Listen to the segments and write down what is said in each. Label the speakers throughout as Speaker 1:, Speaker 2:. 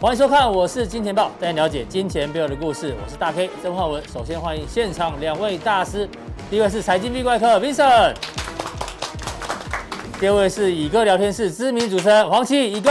Speaker 1: 欢迎收看，我是金钱豹，带您了解金钱背后的故事。我是大 K 曾焕文。首先欢迎现场两位大师，第一位是财经壁怪客 Vincent，第二位是以哥聊天室知名主持人黄奇以哥。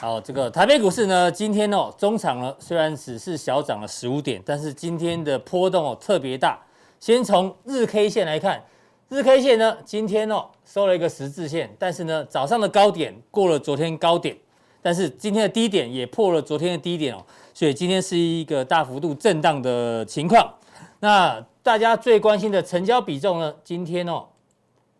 Speaker 1: 好，这个台北股市呢，今天哦，中场呢虽然只是小涨了十五点，但是今天的波动哦特别大。先从日 K 线来看，日 K 线呢，今天哦收了一个十字线，但是呢早上的高点过了昨天高点，但是今天的低点也破了昨天的低点哦，所以今天是一个大幅度震荡的情况。那大家最关心的成交比重呢，今天哦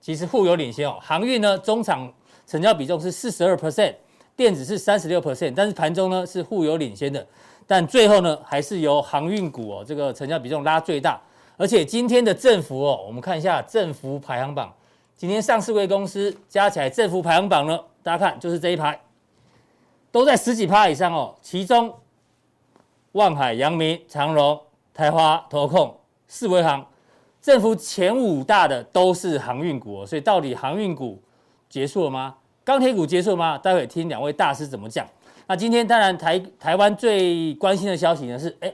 Speaker 1: 其实互有领先哦，航运呢中场成交比重是四十二 percent。电子是三十六 percent，但是盘中呢是互有领先的，但最后呢还是由航运股哦这个成交比重拉最大，而且今天的振幅哦，我们看一下振幅排行榜，今天上市贵公司加起来振幅排行榜呢，大家看就是这一排，都在十几趴以上哦，其中万海、阳明、长荣、台华、投控、四维行，振幅前五大的都是航运股哦，所以到底航运股结束了吗？钢铁股结束吗？待会听两位大师怎么讲。那今天当然台台湾最关心的消息呢是，哎，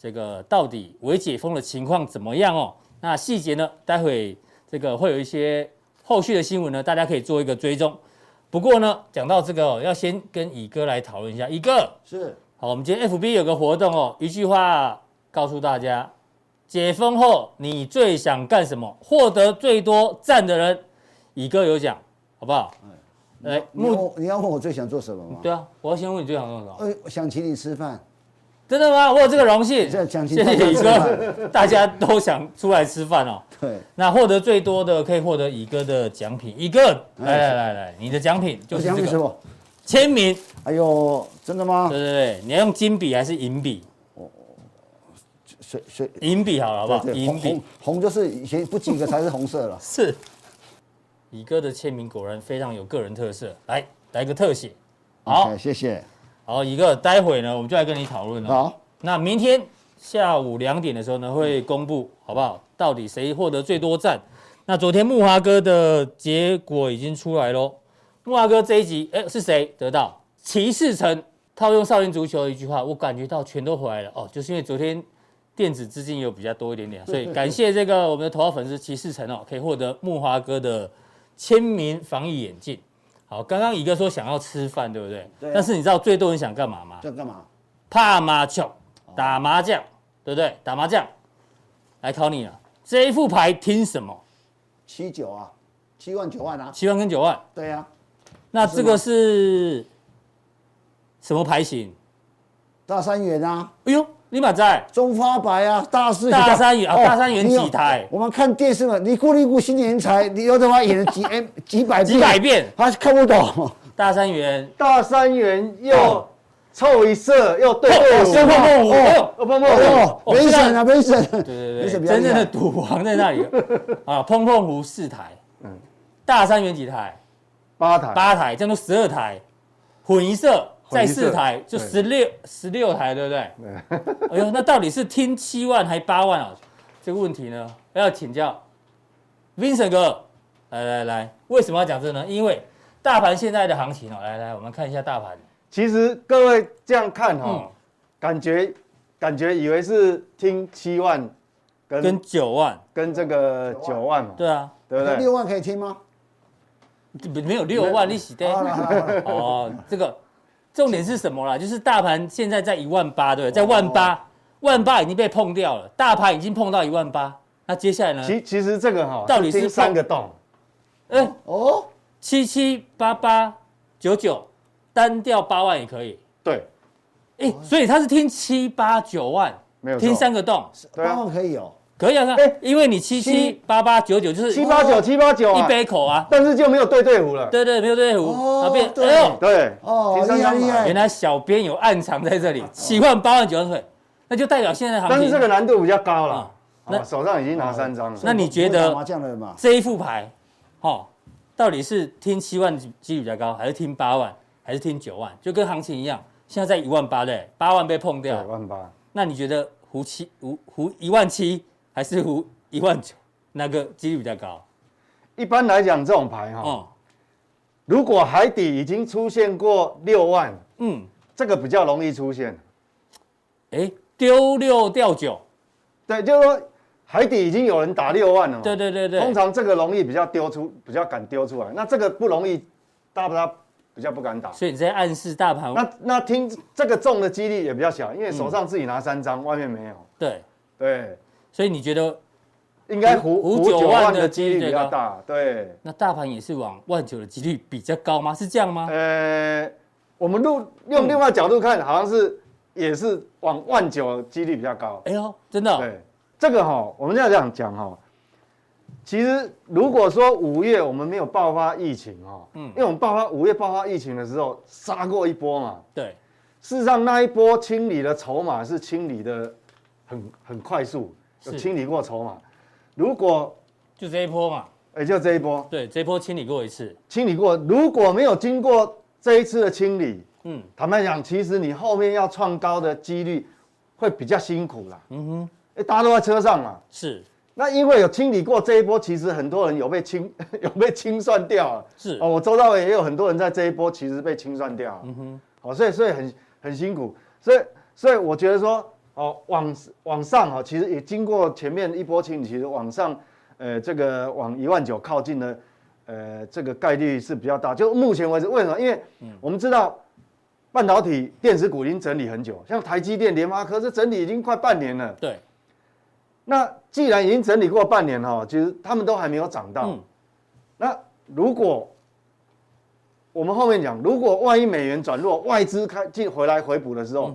Speaker 1: 这个到底微解封的情况怎么样哦？那细节呢，待会这个会有一些后续的新闻呢，大家可以做一个追踪。不过呢，讲到这个、哦，要先跟乙哥来讨论一下。乙哥，
Speaker 2: 是
Speaker 1: 好，我们今天 FB 有个活动哦，一句话告诉大家：解封后你最想干什么？获得最多赞的人，乙哥有奖，好不好？来
Speaker 2: 哎你要问你要问我最想做什么吗？
Speaker 1: 对啊，我要先问你最想做什么？
Speaker 2: 呃，我想请你吃饭，
Speaker 1: 真的吗？我有这个荣幸，
Speaker 2: 这奖
Speaker 1: 谢
Speaker 2: 金
Speaker 1: 谢乙
Speaker 2: 太多了
Speaker 1: 哥，大家都想出来吃饭哦。
Speaker 2: 对，
Speaker 1: 那获得最多的可以获得乙哥的奖品，乙哥，来
Speaker 2: 哎
Speaker 1: 来来来，你的奖品就
Speaker 2: 我
Speaker 1: 是
Speaker 2: 想
Speaker 1: 这
Speaker 2: 你什
Speaker 1: 个
Speaker 2: 么？
Speaker 1: 签名，
Speaker 2: 哎呦，真的吗
Speaker 1: 对？对对，你要用金笔还是银笔？
Speaker 2: 水水，
Speaker 1: 银笔好了，好不好？
Speaker 2: 对对
Speaker 1: 银
Speaker 2: 红
Speaker 1: 笔。
Speaker 2: 红红就是以前不及格才是红色了
Speaker 1: 是。乙哥的签名果然非常有个人特色，来来个特写。 好
Speaker 2: 哎 OK，谢谢。
Speaker 1: 好，乙哥，待会呢我们就来跟你讨论了。
Speaker 2: 好，
Speaker 1: 那明天下午两点的时候呢，会公布好不好？到底谁获得最多赞？那昨天木华哥的结果已经出来喽。木华哥这一集，哎、是谁得到？骑士城套用少林足球的一句话，我感觉到全都回来了哦，就是因为昨天电子资金有比较多一点点，所以感谢这个我们的头号粉丝骑士城哦，可以获得木华哥的签名防疫眼镜。好，刚刚一个说想要吃饭，对不对？
Speaker 2: 对啊
Speaker 1: 但是你知道最多人想干嘛吗？
Speaker 2: 这干嘛？
Speaker 1: 怕麻将，打麻将，对不对？打麻将，来考你了。这一副牌听什么？
Speaker 2: 七九啊，七万九万啊，
Speaker 1: 七万跟九万，
Speaker 2: 对呀、啊。
Speaker 1: 那这个是什么牌型？
Speaker 2: 大三元啊，
Speaker 1: 哎呦，立马在
Speaker 2: 中发白啊，大四元
Speaker 1: 大三元啊
Speaker 2: 哦
Speaker 1: 大三元
Speaker 2: 你有
Speaker 1: 几台
Speaker 2: 我们看电视嘛，尼古尼古新年才，你刘德华演了几 M 几百
Speaker 1: 几
Speaker 2: 遍
Speaker 1: 百，遍，
Speaker 2: 他看不懂。
Speaker 1: 大三元，
Speaker 3: 大三元又凑一色，又对对
Speaker 1: 生碰碰
Speaker 3: 五，
Speaker 1: 五，哎呦
Speaker 3: 哦不不
Speaker 2: 哦，
Speaker 1: 我
Speaker 2: 没
Speaker 1: 知道
Speaker 2: 审啊，没审。对
Speaker 1: 对对
Speaker 2: 啊
Speaker 1: 对，真正的赌王在那里啊！碰碰胡四台，大三元几台？
Speaker 3: 八台
Speaker 1: 八台，这样都十二台，混一色再
Speaker 3: 混一色
Speaker 1: 四台，就十六十六台，对不对？哎呦，那到底是听七万还八万啊？这个问题呢，要请教 Vincent 哥。来来来，为什么要讲这呢？因为大盘现在的行情哦，来来，我们看一下大盘。
Speaker 3: 其实各位这样看哈、
Speaker 1: 嗯，
Speaker 3: 感觉感觉以为是听七万跟
Speaker 1: 嗯跟
Speaker 3: 跟
Speaker 1: 九万，
Speaker 3: 这个九万嘛，
Speaker 1: 对啊，
Speaker 3: 对不对？
Speaker 2: 六万可以听吗？
Speaker 1: 不没有六万利息的
Speaker 2: 好
Speaker 3: 啊
Speaker 2: 了好了好了
Speaker 1: 哦。这个重点是什么啦？就是大盘现在在一万八，对不对？在万八，万八已经被碰掉了，大盘已经碰到一万八。那接下来呢？
Speaker 3: 其其实这个哈、
Speaker 1: 到底是
Speaker 3: 听三个洞，
Speaker 1: 哎，
Speaker 2: 哦，
Speaker 1: 七七八八九九，单调八万也可以。
Speaker 3: 对，
Speaker 1: 哎，所以他是听七八九万，
Speaker 3: 没有错
Speaker 1: 听三个洞，
Speaker 3: 对啊
Speaker 2: 八万可以哦有。
Speaker 1: 可以啊。
Speaker 3: 哎
Speaker 1: 因为你七七八八九九就是
Speaker 3: 七八九七八
Speaker 1: 哦
Speaker 3: 九
Speaker 1: 一
Speaker 3: 啊，
Speaker 1: 杯口啊，
Speaker 3: 但是就没有对对胡了，
Speaker 1: 对对，没有对胡，
Speaker 2: 哦
Speaker 1: 然后变
Speaker 2: 对
Speaker 1: 哎呦，
Speaker 3: 对，
Speaker 2: 哦
Speaker 3: 听三张
Speaker 2: 厉害厉害
Speaker 3: 牌
Speaker 1: 原来小编有暗藏在这里，七万八万九万退，那就代表现在的行
Speaker 3: 但
Speaker 1: 情。
Speaker 3: 是这个难度比较高了，
Speaker 1: 啊
Speaker 3: 哦手上已经拿三张了，
Speaker 1: 那你觉得
Speaker 2: 不会打麻啊将的人嘛？
Speaker 1: 这一副牌，哦，到底是听七万几率比较高，还是听八万，还是听九万？就跟行情一样，现在在一万八嘞，八万被碰
Speaker 3: 对
Speaker 1: 掉，
Speaker 3: 万八，
Speaker 1: 那你觉得胡七胡胡一万七还是胡一万九，哪个几率比较高？
Speaker 3: 一般来讲这种牌哈、
Speaker 1: 哦，
Speaker 3: 如果海底已经出现过六万，
Speaker 1: 嗯，
Speaker 3: 这个比较容易出现。
Speaker 1: 哎，丢六掉九，
Speaker 3: 对，就是说海底已经有人打六万了嘛。
Speaker 1: 对对对对，
Speaker 3: 通常这个容易比较丢出，比较敢丢出来。那这个不容易，大家比较不敢打。
Speaker 1: 所以你在暗示大盘
Speaker 3: 那那听这个中的几率也比较小，因为手上自己拿三张，外面没有。
Speaker 1: 对，
Speaker 3: 对，
Speaker 1: 所以你觉得
Speaker 3: 应该胡
Speaker 1: 胡
Speaker 3: 胡
Speaker 1: 九
Speaker 3: 九
Speaker 1: 万
Speaker 3: 万
Speaker 1: 的
Speaker 3: 的
Speaker 1: 几
Speaker 3: 几
Speaker 1: 率
Speaker 3: 率比
Speaker 1: 最
Speaker 3: 较
Speaker 1: 高
Speaker 3: 大。对，
Speaker 1: 那大盘也是往万九的几率比较高吗？是这样吗？
Speaker 3: 呃，我们录
Speaker 1: 嗯
Speaker 3: 用另外角度看，好像是也是往万九几率比较高。
Speaker 1: 哎呦，真的哦、
Speaker 3: 对，这个哈、我们要这样讲哈、其实如果说五月我们没有爆发疫情哈、嗯，因为我们爆发五月爆发疫情的时候杀过一波嘛，
Speaker 1: 对，
Speaker 3: 事实上那一波清理的筹码是清理的很很快速，有
Speaker 1: 是
Speaker 3: 清理过筹码。如果
Speaker 1: 就这一波嘛，
Speaker 3: 也就这一波
Speaker 1: 对，这一波清理过一次，
Speaker 3: 清理过，如果没有经过这一次的清理，
Speaker 1: 嗯
Speaker 3: 坦白讲，其实你后面要创高的几率会比较辛苦啦。
Speaker 1: 嗯哼，
Speaker 3: 哎、大家都在车上嘛，
Speaker 1: 是
Speaker 3: 那因为有清理过这一波，其实很多人有被清 有被清算掉了。
Speaker 1: 是
Speaker 3: 哦，我周到也有很多人在这一波其实被清算掉了。嗯
Speaker 1: 哼
Speaker 3: 哼，哦，所以所以很很辛苦，所以所以我觉得说，哦，往往上哈、哦，其实也经过前面一波清理，其实往上，呃，这个往一万九靠近的，呃，这个概率是比较大。就目前为止，为什么？因为我们知道半导体电子股已经整理很久，像台积电、联发科这整理已经快半年了。
Speaker 1: 对，
Speaker 3: 那既然已经整理过半年哈，其实他们都还没有涨到。
Speaker 1: 嗯，
Speaker 3: 那如果我们后面讲，如果万一美元转弱，外资开进回来回补的时候，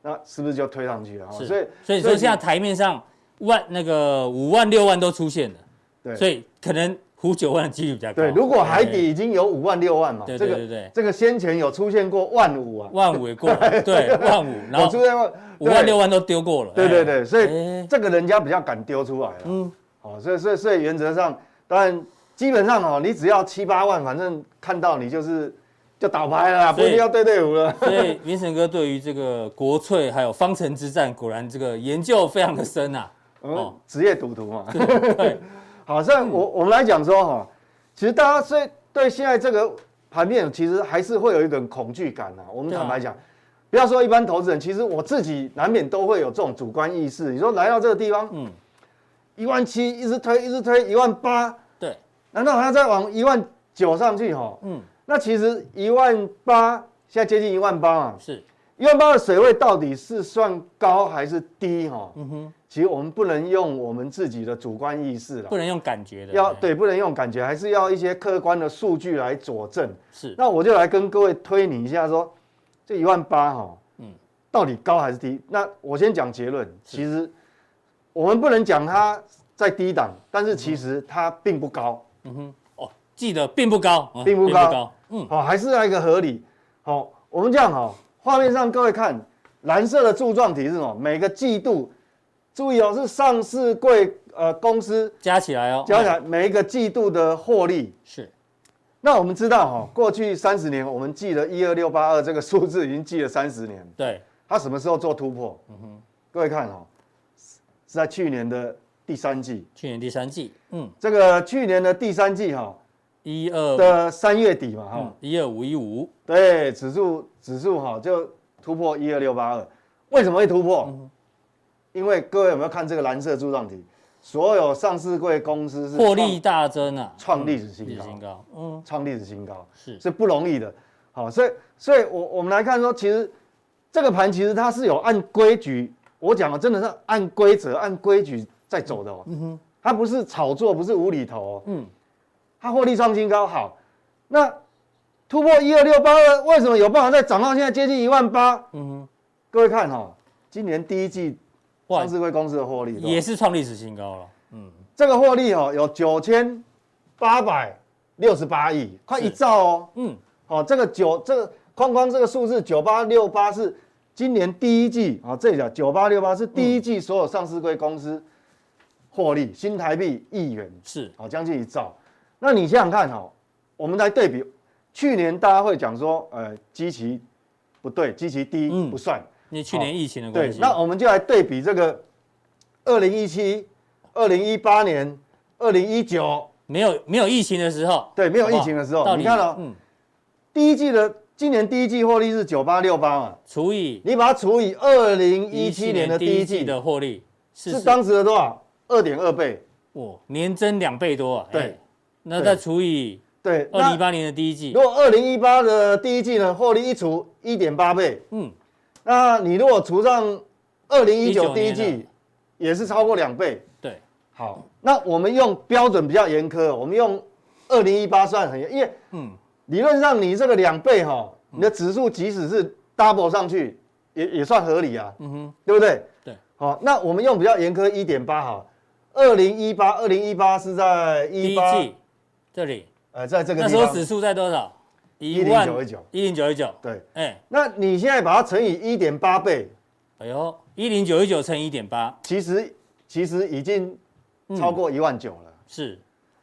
Speaker 3: 那是不是就推上去了？哈，
Speaker 1: 嗯是，
Speaker 3: 哦所以
Speaker 1: 所以说现在台面上万那个五万六万都出现了，
Speaker 3: 对
Speaker 1: 所以可能胡九万的几率比较高。
Speaker 3: 对，如果海底
Speaker 1: 哎
Speaker 3: 已经有五万六万嘛，
Speaker 1: 对
Speaker 3: 这
Speaker 1: 对对
Speaker 3: 个
Speaker 1: 对
Speaker 3: 这个先前有出现过万五啊，
Speaker 1: 哎万五也过 了，对，万五，然
Speaker 3: 有出
Speaker 1: 后
Speaker 3: 现过
Speaker 1: 五万
Speaker 3: 对
Speaker 1: 六万都丢过了，
Speaker 3: 对对
Speaker 1: 哎
Speaker 3: 对，所以
Speaker 1: 哎
Speaker 3: 这个人家比较敢丢出来了。嗯，好，所以所以所以原则上，当然基本上哦，你只要七八万，反正看到你就是就倒牌了啦，不
Speaker 1: 所以
Speaker 3: 一定要对队 伍了。
Speaker 1: 所以云神哥对于这个国粹还有方城之战，果然这个研究非常的深啊。
Speaker 3: 嗯
Speaker 1: 哦，
Speaker 3: 职业赌徒嘛。
Speaker 1: 对， 嗯
Speaker 3: 好，所以我我们来讲说哈，其实大家所以对现在这个盘面，其实还是会有一种恐惧感啊。我们
Speaker 1: 对啊
Speaker 3: 坦白讲，不要说一般投资人，其实我自己难免都会有这种主观意识。你说来到这个地方，嗯，一万七一直推，一直推，一万八。
Speaker 1: 对，
Speaker 3: 难道还要再往一万九上去哈？
Speaker 1: 嗯，
Speaker 3: 那其实一万八，现在接近一万八嘛，
Speaker 1: 是，
Speaker 3: 一万八的水位到底是算高还是低哈？嗯哼，其实我们不能用我们自己的主观意识了
Speaker 1: 不，能用感觉的，
Speaker 3: 要
Speaker 1: 哎，
Speaker 3: 对，不能用感觉，还是要一些客观的数据来佐证。
Speaker 1: 是，
Speaker 3: 那我就来跟各位推理一下说这一万八哈，嗯，到底高还是低？那我先讲结论，其实我们不能讲它在低档，但是其实它并不高。
Speaker 1: 哦，记得并不高，嗯
Speaker 3: 并不高
Speaker 1: 嗯，
Speaker 3: 好、哦还是要一个合理。好、我们这样好、画面上各位看，蓝色的柱状体是什么？每个季度，注意哦，是上市柜呃公司
Speaker 1: 加起来哦，嗯
Speaker 3: 加起来每一个季度的获利。
Speaker 1: 是，
Speaker 3: 那我们知道哈、哦过去三十年我们记了一二六八二这个数字，已经记了三十年。
Speaker 1: 对，
Speaker 3: 它什么时候做突破？各位看哦，是在去年的第三季。
Speaker 1: 去年第三季，嗯，
Speaker 3: 这个去年的第三季哈、
Speaker 1: 一二，
Speaker 3: 的三月底嘛哈、
Speaker 1: 嗯，一二五一五，
Speaker 3: 对，指数指数哈就突破一二六八二，为什么会突破？因为各位有没有看这个蓝色柱状体？所有上市贵公司是
Speaker 1: 获利大增啊，
Speaker 3: 创历史
Speaker 1: 历
Speaker 3: 新
Speaker 1: 史
Speaker 3: 高
Speaker 1: 新，高，嗯，
Speaker 3: 创历史新高
Speaker 1: 是
Speaker 3: 是不容易的。好，所以所以我我们来看说，其实这个盘其实它是有按规矩，我讲的真的是按规则、按规矩在走的哦。它不是炒作，不是无厘头、哦。
Speaker 1: 嗯
Speaker 3: 嗯，它获利创新高，好，那突破一二六八二，为什么有办法再涨到现在接近一万八？嗯各位看哈、哦，今年第一季
Speaker 1: 哇
Speaker 3: 上，市贵公司的获利多少
Speaker 1: 也是创历史新高了，嗯，
Speaker 3: 这个获利哦，有九千八百六十八亿，快一兆哦。
Speaker 1: 嗯，
Speaker 3: 哦，这个九这个框框这个数字九八六八是今年第一季啊、哦，这里讲九八六八是第一
Speaker 1: 嗯
Speaker 3: 季所有上市贵公司获利新台币一元，
Speaker 1: 是，
Speaker 3: 好、将近一兆。那你想想看哈、哦，我们来对比去年，大家会讲说，呃，基期不对，基期低、
Speaker 1: 嗯
Speaker 3: 不算，
Speaker 1: 因为去年疫情的
Speaker 3: 哦对
Speaker 1: 关，系，
Speaker 3: 那我们就来对比这个二零一七、二零一八年、二零一九、
Speaker 1: 没有没有疫情的时候，
Speaker 3: 对，没有
Speaker 1: 好不
Speaker 3: 疫
Speaker 1: 好
Speaker 3: 情的时候，
Speaker 1: 到
Speaker 3: 你看哦，
Speaker 1: 嗯，
Speaker 3: 第一季的今年第一季获利是九八六八嘛，
Speaker 1: 除以
Speaker 3: 你把它除以二零一
Speaker 1: 一
Speaker 3: 七
Speaker 1: 七
Speaker 3: 年
Speaker 1: 年
Speaker 3: 的
Speaker 1: 的
Speaker 3: 第
Speaker 1: 第
Speaker 3: 一
Speaker 1: 一
Speaker 3: 季
Speaker 1: 季的获利
Speaker 3: 是
Speaker 1: 是当
Speaker 3: 当时的多少？二点二倍。
Speaker 1: 哇，年增两倍多啊，
Speaker 3: 对
Speaker 1: 哎，那
Speaker 3: 对
Speaker 1: 再除以
Speaker 3: 对，
Speaker 1: 二零
Speaker 3: 那
Speaker 1: 一八年的第一季
Speaker 3: 如，果二零一八的第一季呢，获利一除一点八倍，
Speaker 1: 嗯，
Speaker 3: 那你如果除上二零一九
Speaker 1: 19
Speaker 3: 第一
Speaker 1: 年
Speaker 3: 季，也是超过两倍。
Speaker 1: 对，
Speaker 3: 好，那我们用标准比较严苛，我们用二零一八算很严，因为
Speaker 1: 嗯，
Speaker 3: 理论上你这个两倍哈、你的指数即使是 double 上去，也也算合理啊，
Speaker 1: 嗯哼，
Speaker 3: 对不对？
Speaker 1: 对，
Speaker 3: 好、那我们用比较严苛一点八好，二零一八，二零一八是在
Speaker 1: 第
Speaker 3: 一
Speaker 1: 一
Speaker 3: 八，
Speaker 1: 季这里
Speaker 3: 呃，在这个
Speaker 1: 那
Speaker 3: 地
Speaker 1: 时候
Speaker 3: 方
Speaker 1: 指，数在多少？一
Speaker 3: 1099
Speaker 1: 一零九一九，
Speaker 3: 对，
Speaker 1: 哎，
Speaker 3: 那你现在把它乘以一点八倍，
Speaker 1: 哎呦，一零九一九乘一点八
Speaker 3: 其实其实已经
Speaker 1: 嗯
Speaker 3: 超过一万九了，
Speaker 1: 是，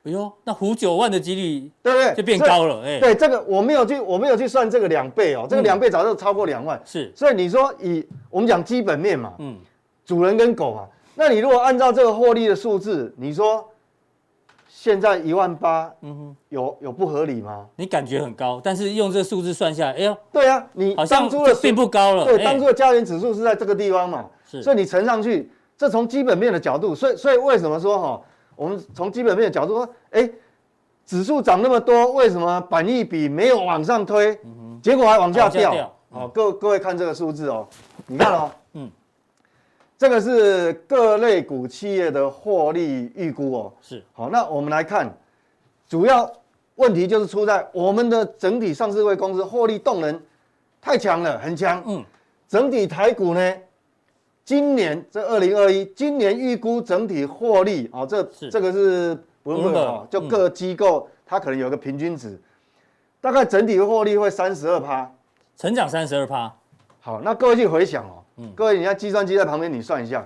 Speaker 1: 哎呦，那胡九万的几率
Speaker 3: 对不对？
Speaker 1: 就变
Speaker 3: 所以
Speaker 1: 高了，哎，
Speaker 3: 对这个我没有去，我没有去算这个两倍哦，这个
Speaker 1: 嗯
Speaker 3: 两倍早就超过两万。
Speaker 1: 是，
Speaker 3: 所以你说以我们讲基本面嘛，
Speaker 1: 嗯，
Speaker 3: 主人跟狗嘛，啊那你如果按照这个获利的数字，你说现在一万八，嗯哼，有有不合理吗？
Speaker 1: 你感觉很高，但是用这数字算下来，哎呦，
Speaker 3: 对啊，你
Speaker 1: 好
Speaker 3: 当
Speaker 1: 像
Speaker 3: 初的
Speaker 1: 就
Speaker 3: 数
Speaker 1: 并不高了，
Speaker 3: 对，
Speaker 1: 哎
Speaker 3: 当初的加权指数是在这个地方嘛，
Speaker 1: 是
Speaker 3: 所以你乘上去，这从基本面的角度，所以所以为什么说哈，我们从基本面的角度说，哎，指数涨那么多，为什么板益比没有往上推，结果还往下
Speaker 1: 嗯往下
Speaker 3: 掉？
Speaker 1: 掉
Speaker 3: 好、各各位看这个数字哦，你看哦，
Speaker 1: 嗯
Speaker 3: 嗯，这个是各类股企业的获利预估哦。
Speaker 1: 是
Speaker 3: 好，那我们来看，主要问题就是出在我们的整体上市会公司获利动能太强了，很强。
Speaker 1: 嗯，
Speaker 3: 整体台股呢，今年这二零二一，今年预估整体获利啊、哦，这
Speaker 1: 是
Speaker 3: 这个是不用
Speaker 1: Bloomberg，
Speaker 3: 哦，就各机构、它可能有个平均值，大概整体获利会三十二趴。
Speaker 1: 成长三十二趴，
Speaker 3: 好，那各位去回想哦，各位，你看计算机在旁边，你算一下，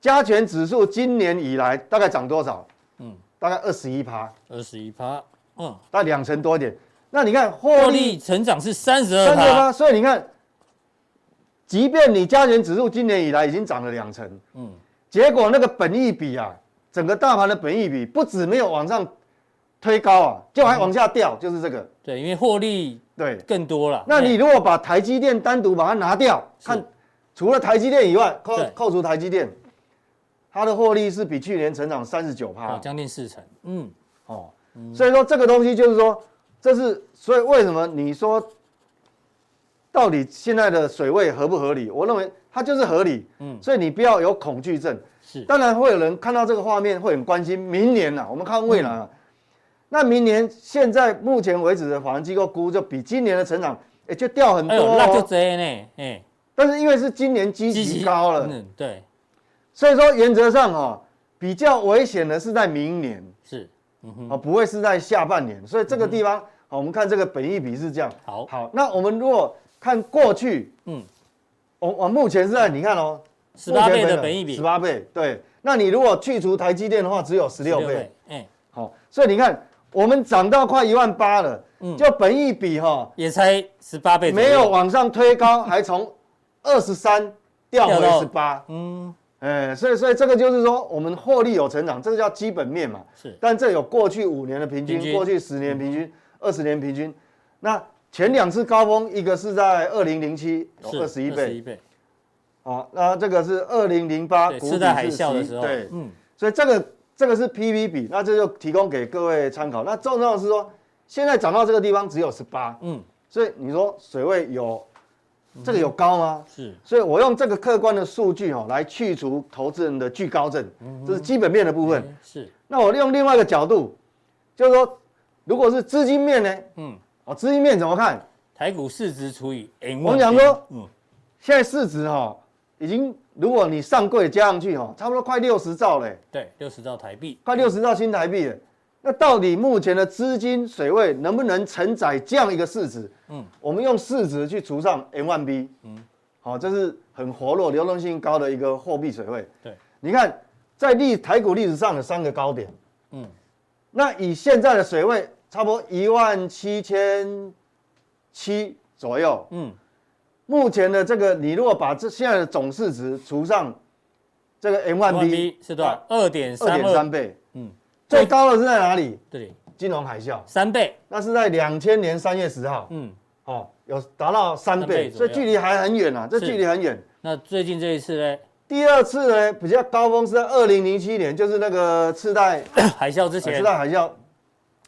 Speaker 3: 加权指数今年以来大概涨多少？
Speaker 1: 嗯
Speaker 3: 嗯，大概二十一趴。
Speaker 1: 二十一趴，嗯，
Speaker 3: 大概两成多一点。那你看获
Speaker 1: 获
Speaker 3: 利
Speaker 1: 利成长是三十二
Speaker 3: 三成
Speaker 1: 趴，
Speaker 3: 八，所以你看，即便你加权指数今年以来已经涨了两成，
Speaker 1: 嗯
Speaker 3: 嗯，结果那个本益比啊，整个大盘的本益比不止没有往上推高啊，就还往下掉，
Speaker 1: 嗯
Speaker 3: 就是这个。
Speaker 1: 对，因为获利
Speaker 3: 对，
Speaker 1: 更多了。
Speaker 3: 那你
Speaker 1: 哎
Speaker 3: 如果把台积电单独把它拿掉，看除了台积电以外，扣
Speaker 1: 对
Speaker 3: 扣除台积电，它的获利是比去年成长三十九趴
Speaker 1: 好，将近四成，嗯，
Speaker 3: 哦，所以说这个东西就是说，这是所以为什么你说到底现在的水位合不合理？我认为它就是合理，
Speaker 1: 嗯
Speaker 3: 嗯，所以你不要有恐惧症。
Speaker 1: 是
Speaker 3: 当然会有人看到这个画面会很关心明年啦、我们看未来
Speaker 1: 嗯
Speaker 3: 啊。那明年现在目前为止的法人机构估就比今年的成长也就掉很多、
Speaker 1: 哎
Speaker 3: 哦
Speaker 1: 呦，那就这样呢，哎，
Speaker 3: 但是因为是今年基期高了，
Speaker 1: 嗯，对，
Speaker 3: 所以说原则上哈、哦，比较危险的是在明年。
Speaker 1: 是，嗯哼，
Speaker 3: 哦，不会是在下半年，所以这个地方，好，我们看这个本益比是这样。
Speaker 1: 好
Speaker 3: 好，那我们如果看过去，
Speaker 1: 嗯
Speaker 3: 嗯，我我目前是在你看哦，
Speaker 1: 十八倍的本益比，
Speaker 3: 十八倍，对。那你如果去除台积电的话，只有十六倍。，
Speaker 1: 哎，
Speaker 3: 好，所以你看，我们涨到快一万八了，
Speaker 1: 嗯
Speaker 3: 就本益比哈、
Speaker 1: 也才十八倍，
Speaker 3: 没有，往上推高，还从二十三掉
Speaker 1: 掉到
Speaker 3: 回十八。
Speaker 1: 嗯，
Speaker 3: 哎，所以所以这个就是说，我们获利有成长，这个叫基本面嘛。
Speaker 1: 是
Speaker 3: 但这有过去五年的平均，
Speaker 1: 平均嗯
Speaker 3: 过去十年平均，二十、年平均。那前两次高峰，一个是在二零零七，
Speaker 1: 是
Speaker 3: 二十一
Speaker 1: 一
Speaker 3: 倍，
Speaker 1: 倍，
Speaker 3: 哦，那这个是二零零八，
Speaker 1: 对，
Speaker 3: 谷
Speaker 1: 是
Speaker 3: 底
Speaker 1: 在海
Speaker 3: 是
Speaker 1: 啸的
Speaker 3: 11
Speaker 1: 时候，
Speaker 3: 对，
Speaker 1: 嗯，
Speaker 3: 所以这个这个是 PV 比，那这就提供给各位参考。那重要的是说，现在涨到这个地方只有十八，
Speaker 1: 嗯，
Speaker 3: 所以你说水位有这个有高吗？
Speaker 1: 是，
Speaker 3: 所以我用这个客观的数据哦，来去除投资人的惧高症，这是基本面的部分。
Speaker 1: 哎是，
Speaker 3: 那我用另外一个角度，就是说，如果是资金面呢？
Speaker 1: 嗯，
Speaker 3: 哦，资金面怎么看？
Speaker 1: 台股市值除以 N
Speaker 3: 我们讲说
Speaker 1: 嗯，
Speaker 3: 现在市值哈、哦已经如果你上柜加上去哈、差不多快六十兆嘞，
Speaker 1: 对，六十兆台币，
Speaker 3: 快六十兆新台币了。那到底目前的资金水位能不能承载这样一个市值？
Speaker 1: 嗯
Speaker 3: 嗯，我们用市值去除上 M 1 B，嗯，好、这是很活络、流动性高的一个货币水位。
Speaker 1: 对，
Speaker 3: 你看，在历台股历史上的三个高点，
Speaker 1: 嗯
Speaker 3: 嗯，那以现在的水位，差不多一万七千七左右。
Speaker 1: 嗯，
Speaker 3: 目前的这个，你如果把这现在的总市值除上这个 M 1 B，
Speaker 1: 1是多少？二点
Speaker 3: 二
Speaker 1: 三
Speaker 3: 点三
Speaker 1: 二，
Speaker 3: 倍，
Speaker 1: 嗯
Speaker 3: 嗯，最高的是在哪里？
Speaker 1: 这里
Speaker 3: 金融海啸，
Speaker 1: 三倍，
Speaker 3: 那是在两千年三月十号，
Speaker 1: 嗯，
Speaker 3: 哦，有达到三
Speaker 1: 三倍
Speaker 3: 倍，
Speaker 1: 左
Speaker 3: 所以
Speaker 1: 右
Speaker 3: 距离还很远啊，这
Speaker 1: 是
Speaker 3: 距离很远。
Speaker 1: 那最近这一次呢，
Speaker 3: 第二次呢，比较高峰是在二零零七年，就是那个次贷、
Speaker 1: 海啸之
Speaker 3: 呃、
Speaker 1: 前
Speaker 3: 次，贷海啸、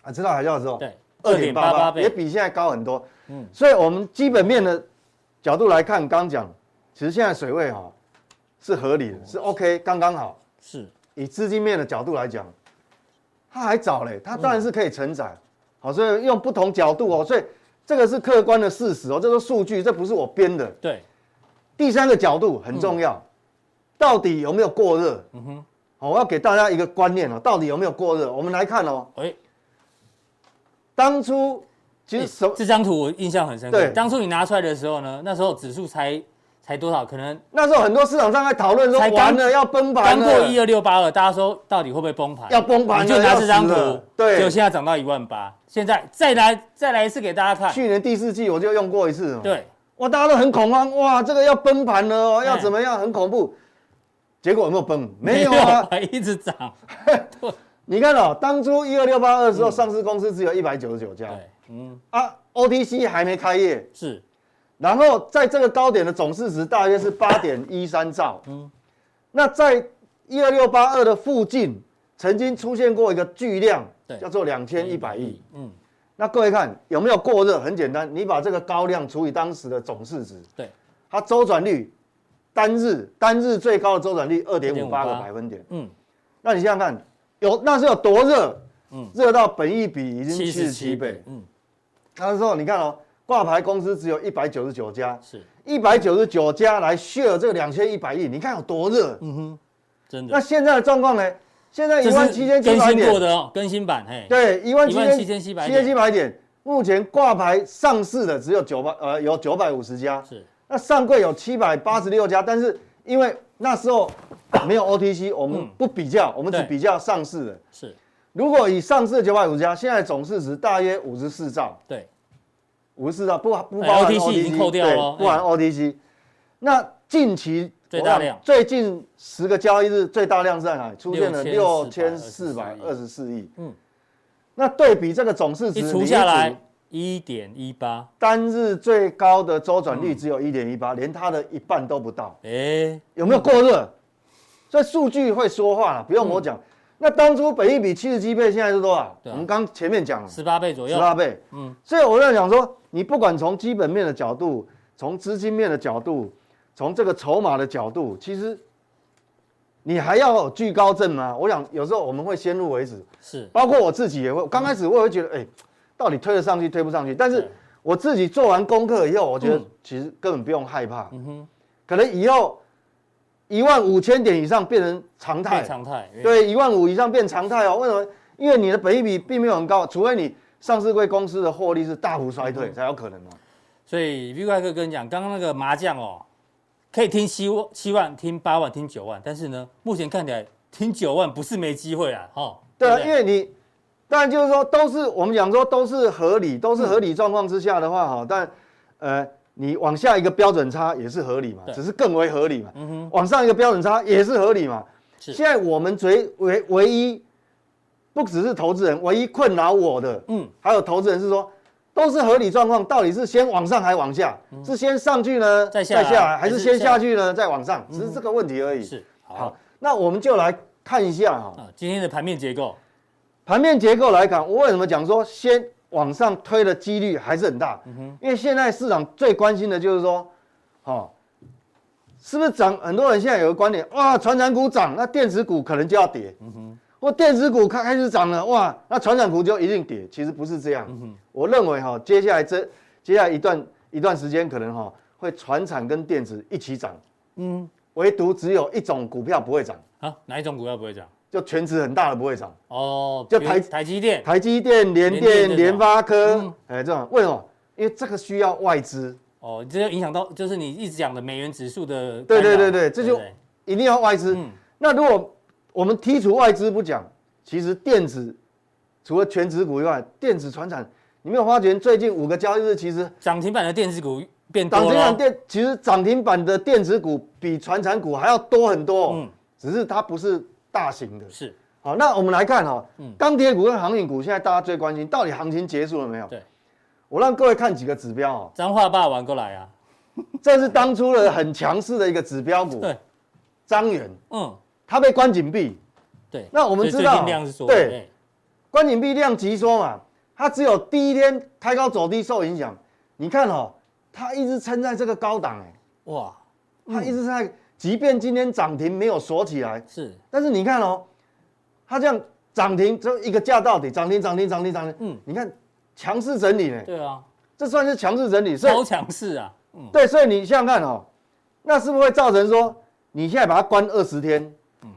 Speaker 3: 啊，次贷海啸的时候，
Speaker 1: 对，二
Speaker 3: 二点
Speaker 1: 点
Speaker 3: 八
Speaker 1: 八
Speaker 3: 八
Speaker 1: 八
Speaker 3: 也
Speaker 1: 倍，
Speaker 3: 比现在高很多。
Speaker 1: 嗯
Speaker 3: 所以我们基本面的角度来看，刚讲，其实现在水位哈、是合理的，是
Speaker 1: 哦
Speaker 3: OK，刚刚好。
Speaker 1: 是
Speaker 3: 以资金面的角度来讲，它还早嘞，它当然是可以承载。好，所以用不同角度哦，所以这个是客观的事实哦，这都是数据，这不是我编的。
Speaker 1: 对，
Speaker 3: 第三个角度很重要，到底有没有过热？嗯哼，好、我要给大家一个观念哦，到底有没有过热？我们来看哦，
Speaker 1: 哎，
Speaker 3: 当初其实什么、
Speaker 1: 这张图我印象很深刻
Speaker 3: 对，
Speaker 1: 当初你拿出来的时候呢，那时候指数才才多少，可能
Speaker 3: 那时候很多市场上在讨论说
Speaker 1: 才，刚
Speaker 3: 完了要崩
Speaker 1: 刚
Speaker 3: 盘了，
Speaker 1: 过一二六八二，大家说到底会不会崩盘？
Speaker 3: 要崩盘了，
Speaker 1: 你就拿这张
Speaker 3: 要死了
Speaker 1: 图，
Speaker 3: 对，
Speaker 1: 就现在涨到一万八，现在再来再来一次给大家看，
Speaker 3: 去年第四季我就用过一次，，哦
Speaker 1: 对，
Speaker 3: 哇，大家都很恐慌，哇，这个要崩盘了哦，
Speaker 1: 嗯
Speaker 3: 要怎么样，很恐怖。结果有没有崩？没有 啊！
Speaker 1: 还一直涨，
Speaker 3: 你看哦，当初一二六八二的时候，上市公司只有一百九十九家
Speaker 1: 对，嗯，
Speaker 3: 啊，OTC 还没开业，
Speaker 1: 是
Speaker 3: 然后在这个高点的总市值大约是八点一三兆，嗯，那在一二六八二的附近曾经出现过一个巨量
Speaker 1: 对，
Speaker 3: 叫做两千一百亿，
Speaker 1: 嗯
Speaker 3: 嗯，那各位看有没有过热？很简单，你把这个高量除以当时的总市值，
Speaker 1: 对，
Speaker 3: 它周转率单日单日最高的周转率二点五八个
Speaker 1: 2.58
Speaker 3: 百分点，
Speaker 1: 嗯，
Speaker 3: 那你想想看，有那是有多热？
Speaker 1: 嗯
Speaker 3: 热到本益比已经七十七
Speaker 1: 77
Speaker 3: 倍。
Speaker 1: 嗯，
Speaker 3: 那时候你看哦，挂牌公司只有一百九十九家，
Speaker 1: 是
Speaker 3: 一百九十九家来 share 这两千一百亿，你看有多热。
Speaker 1: 真的
Speaker 3: 那。现在的状况呢？现在一
Speaker 1: 这
Speaker 3: 万
Speaker 1: 是
Speaker 3: 七千七
Speaker 1: 更
Speaker 3: 百
Speaker 1: 新过
Speaker 3: 点，
Speaker 1: 的哦，更新版，嘿，
Speaker 3: 对，一万七千
Speaker 1: 17,700
Speaker 3: 七百点。目前挂牌上市的只有九百，呃，有九百五十家，
Speaker 1: 是
Speaker 3: 那上柜有七百八十六家，但是因为那时候 没有 OTC，我们不比较，我们只
Speaker 1: 嗯对
Speaker 3: 比较上市的。
Speaker 1: 是，
Speaker 3: 如果以上市的九百五十家，现在总市值大约五十四兆，
Speaker 1: 对，
Speaker 3: 五十四兆不不
Speaker 1: 哎
Speaker 3: 包含
Speaker 1: OTC
Speaker 3: OTC，
Speaker 1: 已经扣掉
Speaker 3: 对
Speaker 1: 了哎
Speaker 3: 不含 OTC。那近期
Speaker 1: 最
Speaker 3: 我
Speaker 1: 大
Speaker 3: 看
Speaker 1: 量
Speaker 3: 最近十个交易日最大量是在哪里？出现了六千四百二十
Speaker 1: 6424
Speaker 3: 四亿。
Speaker 1: 嗯
Speaker 3: 嗯，那对比这个总市值，
Speaker 1: 一除
Speaker 3: 你
Speaker 1: 下
Speaker 3: 一
Speaker 1: 来
Speaker 3: 除
Speaker 1: 一点一八，
Speaker 3: 单日最高的周转率只有一点一八，连它的一半都不到，
Speaker 1: 哎，
Speaker 3: 有没有过热？所以数据会说话了，不用我讲。那当初本益比七十七倍，现在是多少？
Speaker 1: 嗯对啊
Speaker 3: 我们刚前面讲了，
Speaker 1: 十八倍左
Speaker 3: 十
Speaker 1: 右，
Speaker 3: 八倍。
Speaker 1: 嗯
Speaker 3: 嗯，所以我在想说，你不管从基本面的角度，从资金面的角度，从这个筹码的角度，其实你还要有惧高症吗？我想有时候我们会先入为主，
Speaker 1: 是
Speaker 3: 包括我自己也会，刚开始我也会觉得，哎、到底推得上去推不上去？但是
Speaker 1: 对
Speaker 3: 我自己做完功课以后，我觉得
Speaker 1: 嗯
Speaker 3: 其实根本不用害怕，
Speaker 1: 嗯哼，
Speaker 3: 可能以后一万五千点以上变成常态
Speaker 1: 变。常态，哎，
Speaker 3: 对，一万五以上变常态哦。为什么？因为你的本益比并没有很高，除非你上市贵公司的获利是大幅衰
Speaker 1: 嗯
Speaker 3: 退才有可能哦嘛。
Speaker 1: 所以 V 怪哥跟你讲，刚刚那个麻将哦，可以听七万、七万、听八万、听九万，但是呢，目前看起来听九万不是没机会啊，哈，
Speaker 3: 对啊，
Speaker 1: 不
Speaker 3: 因为你当然就是说都是我们讲说都是合理，都是合理状况之下的
Speaker 1: 嗯
Speaker 3: 话哈，但呃你往下一个标准差也是合理嘛
Speaker 1: 对，嗯
Speaker 3: 只是更为合理嘛。往上一个标准差也是合理嘛。
Speaker 1: 是
Speaker 3: 现在我们最唯唯一不只是投资人，唯一困扰我的，
Speaker 1: 嗯
Speaker 3: 嗯，还有投资人是说。都是合理状况，到底是先往上还往下？是先上去呢，
Speaker 1: 嗯再下来嗯
Speaker 3: 还是先下去呢，再往上？只是这个问题而已。
Speaker 1: 是好
Speaker 3: 好，那我们就来看一下哈，
Speaker 1: 啊，今天的盘面结构，
Speaker 3: 盘面结构来讲，我为什么讲说先往上推的几率还是很大？因为现在市场最关心的就是说，哦，是不是涨？很多人现在有个观点，哇，传产股涨，那电子股可能就要跌。或电子股开开始涨了，哇，那传产股就一定跌？其实不是这样。我认为哈、哦接下来这接下来一段一段时间，可能哈、哦会传产跟电子一起涨。
Speaker 1: 嗯，
Speaker 3: 唯独只有一种股票不会涨，
Speaker 1: 好，啊哪一种股票不会涨？
Speaker 3: 就全值很大的不会涨。
Speaker 1: 哦，
Speaker 3: 就
Speaker 1: 比如
Speaker 3: 台
Speaker 1: 台积电，
Speaker 3: 台积电、联
Speaker 1: 联电这
Speaker 3: 电、
Speaker 1: 种
Speaker 3: 联发科
Speaker 1: 嗯，
Speaker 3: 哎、这种为什么？因为这个需要外资，
Speaker 1: 哦，这就影响到就是你一直讲的美元指数的干扰，
Speaker 3: 对对对对这就
Speaker 1: 不对
Speaker 3: 一定要外资。
Speaker 1: 嗯
Speaker 3: 那如果我们剔除外资不讲，其实电子除了全指股以外，电子传产，你没有发觉最近五个交易日，其实
Speaker 1: 涨停板的电子股变多
Speaker 3: 涨
Speaker 1: 了哦，
Speaker 3: 停板电，其实涨停板的电子股比传产股还要多很多哦、
Speaker 1: 嗯
Speaker 3: 只是它不是大型的，
Speaker 1: 是嗯
Speaker 3: 好，那我们来看哈，钢铁股跟航运股现在大家最关心，到底行情结束了没有？
Speaker 1: 对，
Speaker 3: 我让各位看几个指标哦，
Speaker 1: 脏话霸玩过来啊，
Speaker 3: 这是当初的很强势的一个指标股，
Speaker 1: 对，
Speaker 3: 张远，
Speaker 1: 嗯，
Speaker 3: 它被关紧闭，
Speaker 1: 对。
Speaker 3: 那我们
Speaker 1: 所以
Speaker 3: 知
Speaker 1: 最
Speaker 3: 道
Speaker 1: 近量是缩的，
Speaker 3: 对
Speaker 1: 哎
Speaker 3: 关紧闭量急缩嘛，它只有第一天开高走低受影响，你看哦，它一直撑在这个高档，哎，
Speaker 1: 哇，嗯
Speaker 3: 它一直在，即便今天涨停没有锁起来，
Speaker 1: 是，
Speaker 3: 但是你看哦，它这样涨停，这一个价到底，涨停涨停涨停涨停，
Speaker 1: 嗯
Speaker 3: 嗯，你看强势整理呢，
Speaker 1: 对啊，
Speaker 3: 这算是强势整理，所以
Speaker 1: 超强势啊，嗯，
Speaker 3: 对，所以你想想看哦，那是不是会造成说，你现在把它关二十天，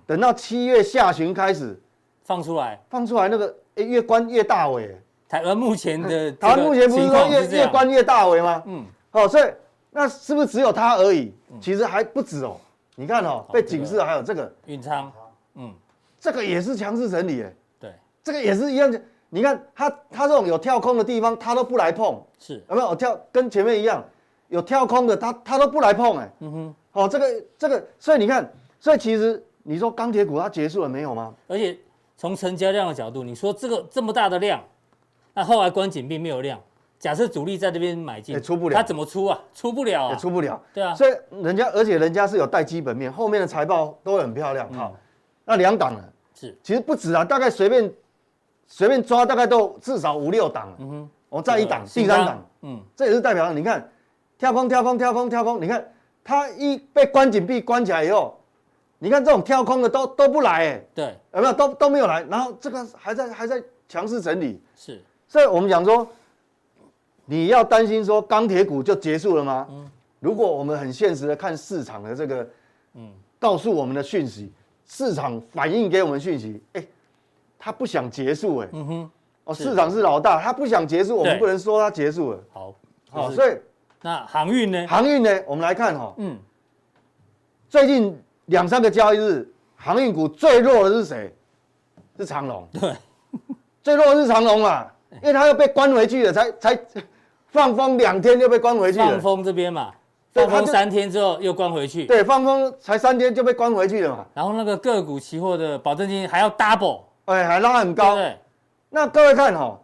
Speaker 3: 等到七月下旬开始
Speaker 1: 放出来。
Speaker 3: 放出来那个，诶越关越大尾，
Speaker 1: 台湾目前的这
Speaker 3: 台湾
Speaker 1: 个
Speaker 3: 嗯目前不是
Speaker 1: 情
Speaker 3: 说
Speaker 1: 况
Speaker 3: 越
Speaker 1: 是这样
Speaker 3: 越关越大尾吗？
Speaker 1: 嗯，
Speaker 3: 哦，所以那是不是只有它而已？其实还不止哦，你看哦，被警示的还有这个，
Speaker 1: 运仓，嗯，
Speaker 3: 这个也是强势整理，哎，
Speaker 1: 对，
Speaker 3: 这个也是一样的。你看它它这种有跳空的地方，它都不来碰，
Speaker 1: 是，
Speaker 3: 啊有没有？跳跟前面一样，有跳空的，它它都不来碰、哎，
Speaker 1: 嗯哼，
Speaker 3: 哦，这个这个，所以你看，所以其实你说钢铁股它结束了没有吗？
Speaker 1: 而且从成交量的角度，你说这个这么大的量，那后来关紧并没有量，假设主力在这边买进，
Speaker 3: 也哎出不了
Speaker 1: 他怎么出啊？出不了
Speaker 3: 也
Speaker 1: 啊，
Speaker 3: 出不了。
Speaker 1: 对啊，
Speaker 3: 所以人家，而且人家是有带基本面，后面的财报都很漂亮。好，那两档了，
Speaker 1: 嗯是，
Speaker 3: 其实不止啊，大概随便随便抓，大概都有至少五六档了。
Speaker 1: 嗯哼，
Speaker 3: 哦，再一档，
Speaker 1: 这
Speaker 3: 第
Speaker 1: 个
Speaker 3: 三档，，
Speaker 1: 新嗯钢
Speaker 3: 这也是代表你看跳空跳空跳空跳空，你看它一被关紧闭关起来以后，你看这种跳空的都都不来、哎
Speaker 1: 嗯，对，
Speaker 3: 有没有都都没有来，然后这个还在还在强势整理。
Speaker 1: 是，
Speaker 3: 所以我们讲说，你要担心说钢铁股就结束了吗？如果我们很现实的看市场的这个，告诉我们的讯息，市场反映给我们讯息，哎、他不想结束、哎、
Speaker 1: 嗯哼，
Speaker 3: 哦，
Speaker 1: 是
Speaker 3: 市场是老大，他不想结束，我们
Speaker 1: 对
Speaker 3: 不能说他结束了。
Speaker 1: 好，
Speaker 3: 好、
Speaker 1: 就是
Speaker 3: 所以
Speaker 1: 那航运呢？
Speaker 3: 航运呢，我们来看哈、
Speaker 1: 嗯，
Speaker 3: 最近两三个交易日，航运股最弱的是谁？是长龙。对， 最弱的是长龙嘛，因为它又被关回去了，才才放风两天就被关回去了
Speaker 1: 放。风这边嘛，
Speaker 3: 对
Speaker 1: 放风
Speaker 3: 他就
Speaker 1: 三天之后又关回去，
Speaker 3: 对，放风才三天就被关回去了嘛，
Speaker 1: 然后那个个股期货的保证金还要 double，
Speaker 3: 哎，还拉很
Speaker 1: 对不
Speaker 3: 高。
Speaker 1: 对？
Speaker 3: 那各位看哈、哦，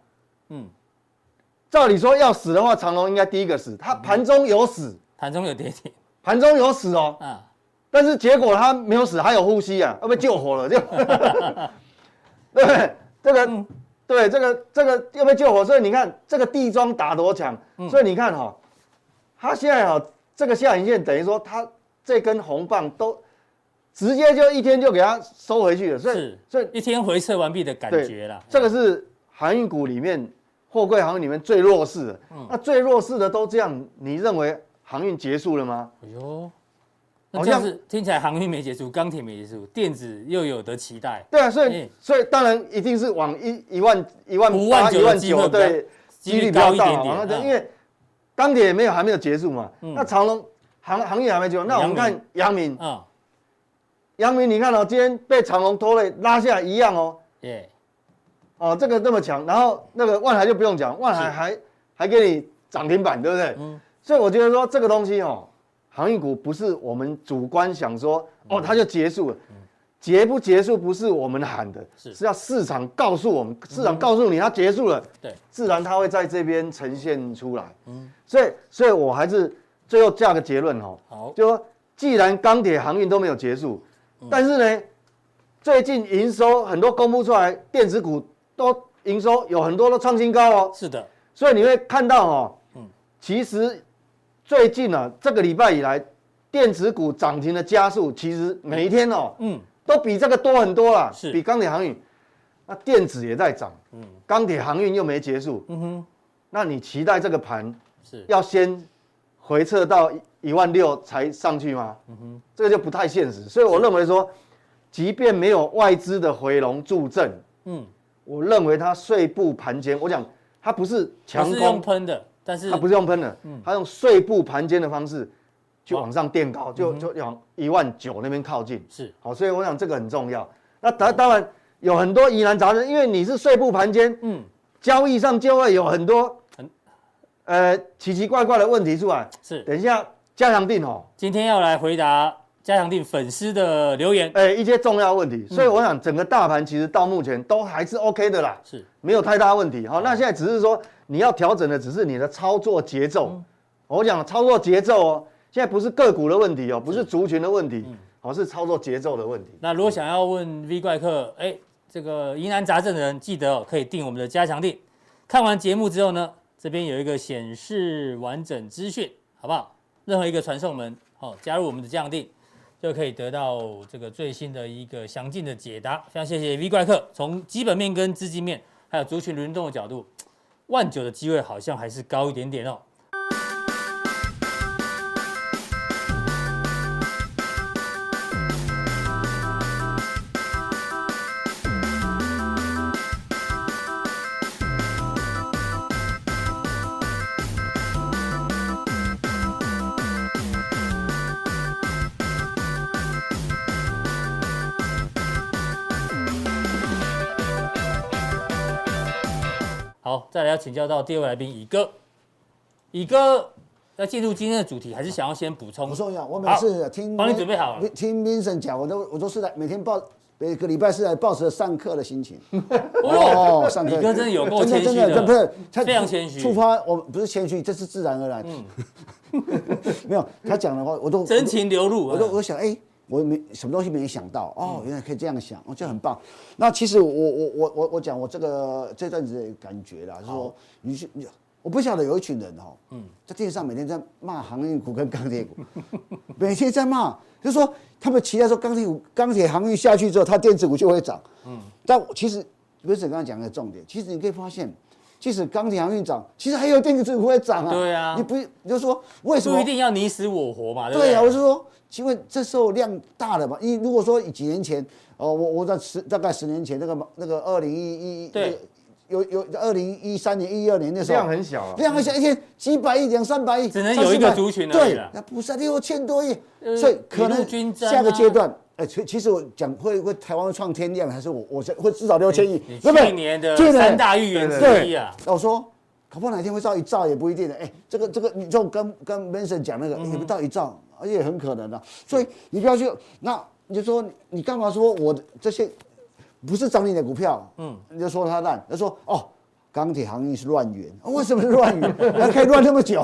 Speaker 1: 嗯，
Speaker 3: 照理说要死的话，长龙应该第一个死，它盘中有死，
Speaker 1: 盘中有跌停
Speaker 3: 盘中有死哦，
Speaker 1: 啊，
Speaker 3: 但是结果它没有死，还有呼
Speaker 1: 嗯
Speaker 3: 吸啊，要被救活 了，就，对不对？这个，
Speaker 1: 嗯
Speaker 3: 对这个这个要被救活，所以你看这个地庄打多强，
Speaker 1: 嗯
Speaker 3: 所以你看哈、它现在哈、哦这个下影线等于说它这根红棒都直接就一天就给它收回去了，所以
Speaker 1: 是，
Speaker 3: 所以
Speaker 1: 一天回撤完毕的感
Speaker 3: 对
Speaker 1: 觉啦。嗯
Speaker 3: 这个是航运股里面货柜航运里面最弱势的，
Speaker 1: 嗯
Speaker 3: 那最弱势的都这样，你认为航运结束了吗？
Speaker 1: 哎呦，那
Speaker 3: 好
Speaker 1: 这样
Speaker 3: 像
Speaker 1: 子听起来航运没结束，钢铁没结束，电子又有的期待，
Speaker 3: 对啊，所以、
Speaker 1: 嗯
Speaker 3: 所以当然一定是往一一万一万
Speaker 1: 五万
Speaker 3: 八
Speaker 1: 九
Speaker 3: 一万
Speaker 1: 的机会
Speaker 3: 九
Speaker 1: 比较
Speaker 3: 对
Speaker 1: 几率
Speaker 3: 比较
Speaker 1: 高一
Speaker 3: 大
Speaker 1: 点
Speaker 3: 嘛，那
Speaker 1: 点。
Speaker 3: 对
Speaker 1: 啊嗯
Speaker 3: 因为钢铁没有还没有结束嘛，那长隆行行业还没结束，那我们
Speaker 1: 阳
Speaker 3: 看
Speaker 1: 明
Speaker 3: 阳明，
Speaker 1: 啊，
Speaker 3: 阳明你看哦，今天被长隆拖累拉下来一样哦，
Speaker 1: 耶，
Speaker 3: 哦这个那么强，然后那个万海就不用讲，万海
Speaker 1: 是嗯
Speaker 3: 还还给你涨停板，对不对？所以我觉得说这个东西哦，航运股不是我们主观想说
Speaker 1: 嗯
Speaker 3: 哦它就结束了，结不结束不是我们喊的，
Speaker 1: 是嗯
Speaker 3: 要市场告诉我们，市场告诉你它结束了，
Speaker 1: 对，
Speaker 3: 自然它会在这边呈现出来。
Speaker 1: 嗯
Speaker 3: 所以所以我还是最后下个结论哦，
Speaker 1: 好，
Speaker 3: 就说既然钢铁航运都没有结束，但是呢，最近营收很多公布出来，电子股都营收有很多都创新高哦，
Speaker 1: 是的，
Speaker 3: 所以你会看到哦，其实最近啊这个礼拜以来，电子股涨停的加速，其实每一天哦，
Speaker 1: 嗯，
Speaker 3: 都比这个多很多啦，
Speaker 1: 是嗯
Speaker 3: 比钢铁航运，那电子也在涨，钢铁航运又没结束，嗯哼，那你期待这个盘
Speaker 1: 是
Speaker 3: 要先回撤到一万六才上去吗？嗯哼，这个就不太现实，所以我认为说，即便没有外资的回笼助阵，
Speaker 1: 嗯，
Speaker 3: 我认为它碎步盘间，我讲它不是
Speaker 1: 不
Speaker 3: 强
Speaker 1: 是用
Speaker 3: 攻，
Speaker 1: 喷的，嗯但是
Speaker 3: 它不是用喷的，它用碎步盘间的方式去往上垫
Speaker 1: 嗯
Speaker 3: 高，就就往一万九那边靠近。
Speaker 1: 是
Speaker 3: 好，所以我想这个很重要。那当当然有很多疑难杂症，因为你是碎步盘间，
Speaker 1: 嗯，
Speaker 3: 交易上就会有很多
Speaker 1: 很
Speaker 3: 呃奇奇怪怪的问题出来。
Speaker 1: 是。
Speaker 3: 等一下加强定哦，
Speaker 1: 今天要来回答加强定粉丝的留言，
Speaker 3: 哎、一些重要问题。所以我想，整个大盘其实到目前都还是 OK 的啦，
Speaker 1: 是
Speaker 3: 没有太大问题。好、那现在只是说你要调整的只是你的操作节奏。哦我讲操作节奏哦，现在不是个股的问题哦，不是嗯族群的问题，好、是操作节奏的问题。
Speaker 1: 那如果想要问 V 怪客，哎，这个疑难杂症的人，记得、哦、可以订我们的加强定。看完节目之后呢，这边有一个显示完整资讯，好不好？任何一个传送门，好、加入我们的加强定，就可以得到这个最新的一个详尽的解答。非常谢谢 V 怪客，从基本面跟资金面，还有族群轮动的角度，万九的机会好像还是高一点点哦。好，再来要请教到第二位来宾乙哥，乙哥要进入今天的主题，还是想要先补充？
Speaker 2: 不重要，我每次听
Speaker 1: 帮你准备好了。
Speaker 2: 听 Vincent 讲，我都我都是来每天抱每个礼拜是来抱着上课的心情。
Speaker 1: 哦，
Speaker 2: 上
Speaker 1: 你
Speaker 2: 课
Speaker 1: 哥真的有够谦
Speaker 2: 真的
Speaker 1: 虚
Speaker 2: 真的，不是他
Speaker 1: 非常谦虚
Speaker 2: 触发我不是谦虚，这是自然而然。 没有他讲的话，我都
Speaker 1: 嗯真情流露。
Speaker 2: 我都我都想，哎、我没什么东西没想到
Speaker 1: 嗯
Speaker 2: 哦，原来可以这样想，我觉得很棒。那其实我我我我我讲我这个这阵子的感觉啦，就是说你去你，我不晓得有一群人哦，嗯，在电视上每天在骂航运股跟钢铁股， 每天在骂，就是说他们期待说钢铁股钢铁航运下去之后，它电子股就会涨，嗯，但我其实不是刚刚讲的重点，其实你可以发现。即使钢铁航运涨，其实还有电子股会涨啊！
Speaker 1: 对啊
Speaker 2: 你不你就说为什么
Speaker 1: 不一定要你死我活嘛，对不
Speaker 2: 对
Speaker 1: 对？
Speaker 2: 呀、我是说，请问这时候量大了嘛？因为如果说几年前，哦，我我在十大概十年前那个那个二零一一
Speaker 1: 对，
Speaker 2: 有有二零一三年一二年那时候
Speaker 3: 量很小啊
Speaker 2: 量很小，一天几百亿两三百亿，
Speaker 1: 只能
Speaker 2: 三四
Speaker 1: 有一个
Speaker 2: 百
Speaker 1: 族群而已
Speaker 2: 对
Speaker 1: 啦，
Speaker 2: 那不是六千多亿，
Speaker 1: 呃
Speaker 2: 所以可
Speaker 1: 雨露
Speaker 2: 能
Speaker 1: 均沾啊
Speaker 2: 下个阶段。哎，其其实我讲会会台湾创天量，还是我我会至少六千亿
Speaker 1: 你，
Speaker 2: 对不对
Speaker 1: 去年的
Speaker 2: 去年
Speaker 1: 三大预言之一啊，
Speaker 2: 那我哦说，搞不好哪天会到一兆也不一定的。哎、这个这个，你就跟跟 Mason 讲那
Speaker 1: 嗯
Speaker 2: 个，哎也不到一兆，而且也很可能的、所以你不要去，那你就说你干嘛说我的这些不是涨你的股票，嗯，你就说它烂，就说哦。钢铁行业是乱源，啊为什么是乱源？ 还可以乱那么久？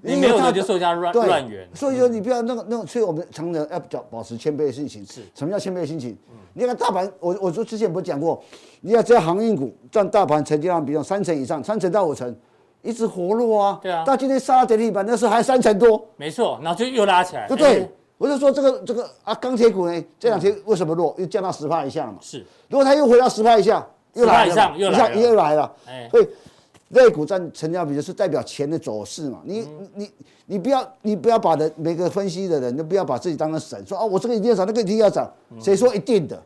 Speaker 1: 你没有
Speaker 2: 它
Speaker 1: 的就说人家乱
Speaker 2: 对
Speaker 1: 乱源嗯
Speaker 2: 所以说你不要那个那个，所以我们常常要保保持谦卑的心情。是，什么叫谦卑的心情？
Speaker 1: 嗯
Speaker 2: 你看大盘，我我说之前不是讲过，你要只要航运股占大盘成交量比重三成以上，三成到五成，一直活络啊。
Speaker 1: 对啊
Speaker 2: 到今天杀到跌停板那时候还三成多，
Speaker 1: 没错，然后就又拉起来，
Speaker 2: 对不
Speaker 1: 哎？
Speaker 2: 对
Speaker 1: 嗯
Speaker 2: 我就说这个这个啊，钢铁股呢这两天为什么弱？又降到十趴以下了嘛。
Speaker 1: 是
Speaker 2: 如果它又回到十趴以下，又来
Speaker 1: 10%以
Speaker 2: 了
Speaker 1: 上又来了
Speaker 2: 一下又来了
Speaker 1: 哎。
Speaker 2: 所以，类股占成交比就是代表钱的走势嘛。你
Speaker 1: 嗯
Speaker 2: 你你不要你不要把人每个分析的人都不要把自己当成神，说哦我这个一定要涨，那个一定要涨，
Speaker 1: 嗯
Speaker 2: 谁说一定的？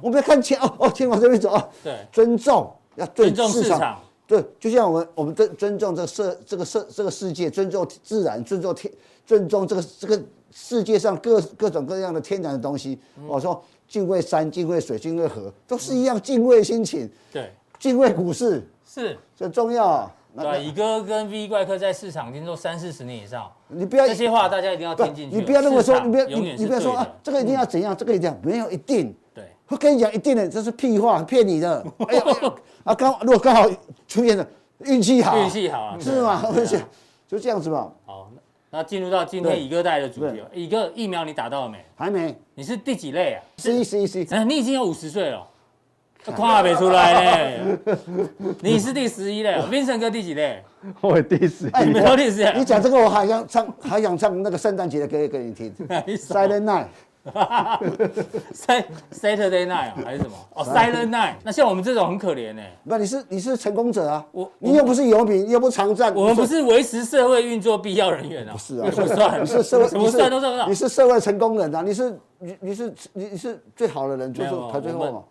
Speaker 2: 我们要看钱哦哦，钱往这边走啊。
Speaker 1: 对
Speaker 2: 尊重要对
Speaker 1: 尊重市
Speaker 2: 市场
Speaker 1: 场。
Speaker 2: 对，就像我们我们尊尊重这个社这个社这个世界，尊重自然，尊重天，尊重这个这个世界上各各种各样的天然的东西。
Speaker 1: 嗯
Speaker 2: 我、说敬畏山，敬畏水，敬畏河，都是一样敬畏心情，
Speaker 1: 对，
Speaker 2: 敬畏股市，
Speaker 1: 是。
Speaker 2: 这重要啊。那
Speaker 1: 对，乙哥跟 V 怪客在市场已经做三四十年以上，
Speaker 2: 你不要
Speaker 1: 这些话大家一定要
Speaker 2: 不
Speaker 1: 听进去。
Speaker 2: 你不要那么
Speaker 1: 市
Speaker 2: 说，
Speaker 1: 场
Speaker 2: 你不要
Speaker 1: 永
Speaker 2: 你
Speaker 1: 远是
Speaker 2: 你不要说
Speaker 1: 对
Speaker 2: 啊
Speaker 1: 的，嗯
Speaker 2: 这个一定要怎样，这个一定要没有一定。
Speaker 1: 对，
Speaker 2: 我跟你讲，一定的，这是屁话，骗你的。哎 呀，哎呀啊刚如果刚好出现了，运气好，
Speaker 1: 运气好啊
Speaker 2: 嗯是吗？
Speaker 1: 对啊
Speaker 2: 我想 就这样子吧，
Speaker 1: 好，那那进入到今天
Speaker 2: 对
Speaker 1: 乙哥带来的主题哦，乙哥疫苗你打到了没？
Speaker 2: 还没，
Speaker 1: 你是第几类啊？
Speaker 2: 十一十一十一，
Speaker 1: 哎，你已经有五十岁了，跨不出来嘞。 你是第十一类哦，Vincent 哥第几类？
Speaker 3: 我也第十一，
Speaker 1: 你们都第十一
Speaker 2: 哎你讲这个我还想唱，还想唱那个圣诞节的歌给 你听
Speaker 1: 一首
Speaker 2: ，Silent Night。
Speaker 1: Sa- Saturday Night 啊，还是什么？哦，Silent Night。那像我们这种很可怜呢，
Speaker 2: 不，你是你是成功者啊！
Speaker 1: 我
Speaker 2: 你又不是游民，又不常战，
Speaker 1: 我们不
Speaker 2: 你
Speaker 1: 是维持社会运作必要人 员啊。不
Speaker 2: 是啊，
Speaker 1: 怎么算？
Speaker 2: 你是社会，
Speaker 1: 怎么
Speaker 2: 你是
Speaker 1: 算都算不到
Speaker 2: 你。是社会成功人啊！你是你你是你你是最好的人，就
Speaker 1: 没
Speaker 2: 是
Speaker 1: 有
Speaker 2: 排最
Speaker 1: 我
Speaker 2: 后
Speaker 1: 们
Speaker 2: 嘛。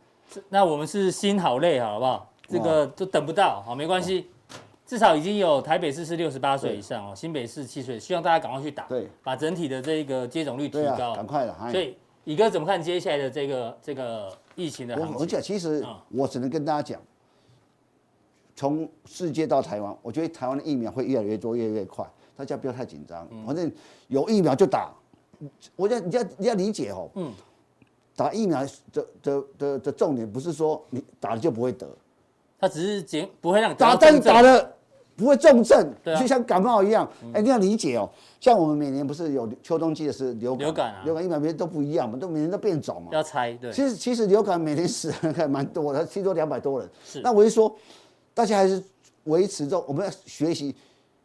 Speaker 1: 那我们是心好累，好不好？这个
Speaker 2: 啊
Speaker 1: 都等不到，好，没关系。至少已经有台北市是六十八岁以上哦，新北市七岁，希望大家赶快去打，
Speaker 2: 对，
Speaker 1: 把整体的这个接种率提
Speaker 2: 对
Speaker 1: 高
Speaker 2: 啊，。赶快了，哎
Speaker 1: 所以，乙哥怎么看接下来的这个这个疫情的行
Speaker 2: 我而
Speaker 1: 情
Speaker 2: 且？其实
Speaker 1: 啊
Speaker 2: 我只能跟大家讲，从世界到台湾，我
Speaker 1: 嗯
Speaker 2: 觉得台湾的疫苗会越来越多，越来越快，大家不要太紧张，反正有疫苗就打，我要你要你要理解哦，嗯，打疫苗的的的的重点不是说你打了就不会得，
Speaker 1: 它只是减不会让你得
Speaker 2: 打
Speaker 1: 到
Speaker 2: 但是
Speaker 1: 重症
Speaker 2: 打了不会重症，
Speaker 1: 对啊嗯
Speaker 2: 就像感冒一样。哎、你要理解哦，像我们每年不是有秋冬季的是流感，
Speaker 1: 流感啊
Speaker 2: 流感疫苗每年都不一样嘛，都每年都变种嘛。
Speaker 1: 要猜对，
Speaker 2: 其实其实流感每年死人还蛮多的，最多两百多人。
Speaker 1: 是
Speaker 2: 那我就说，大家还是维持着我们要学习，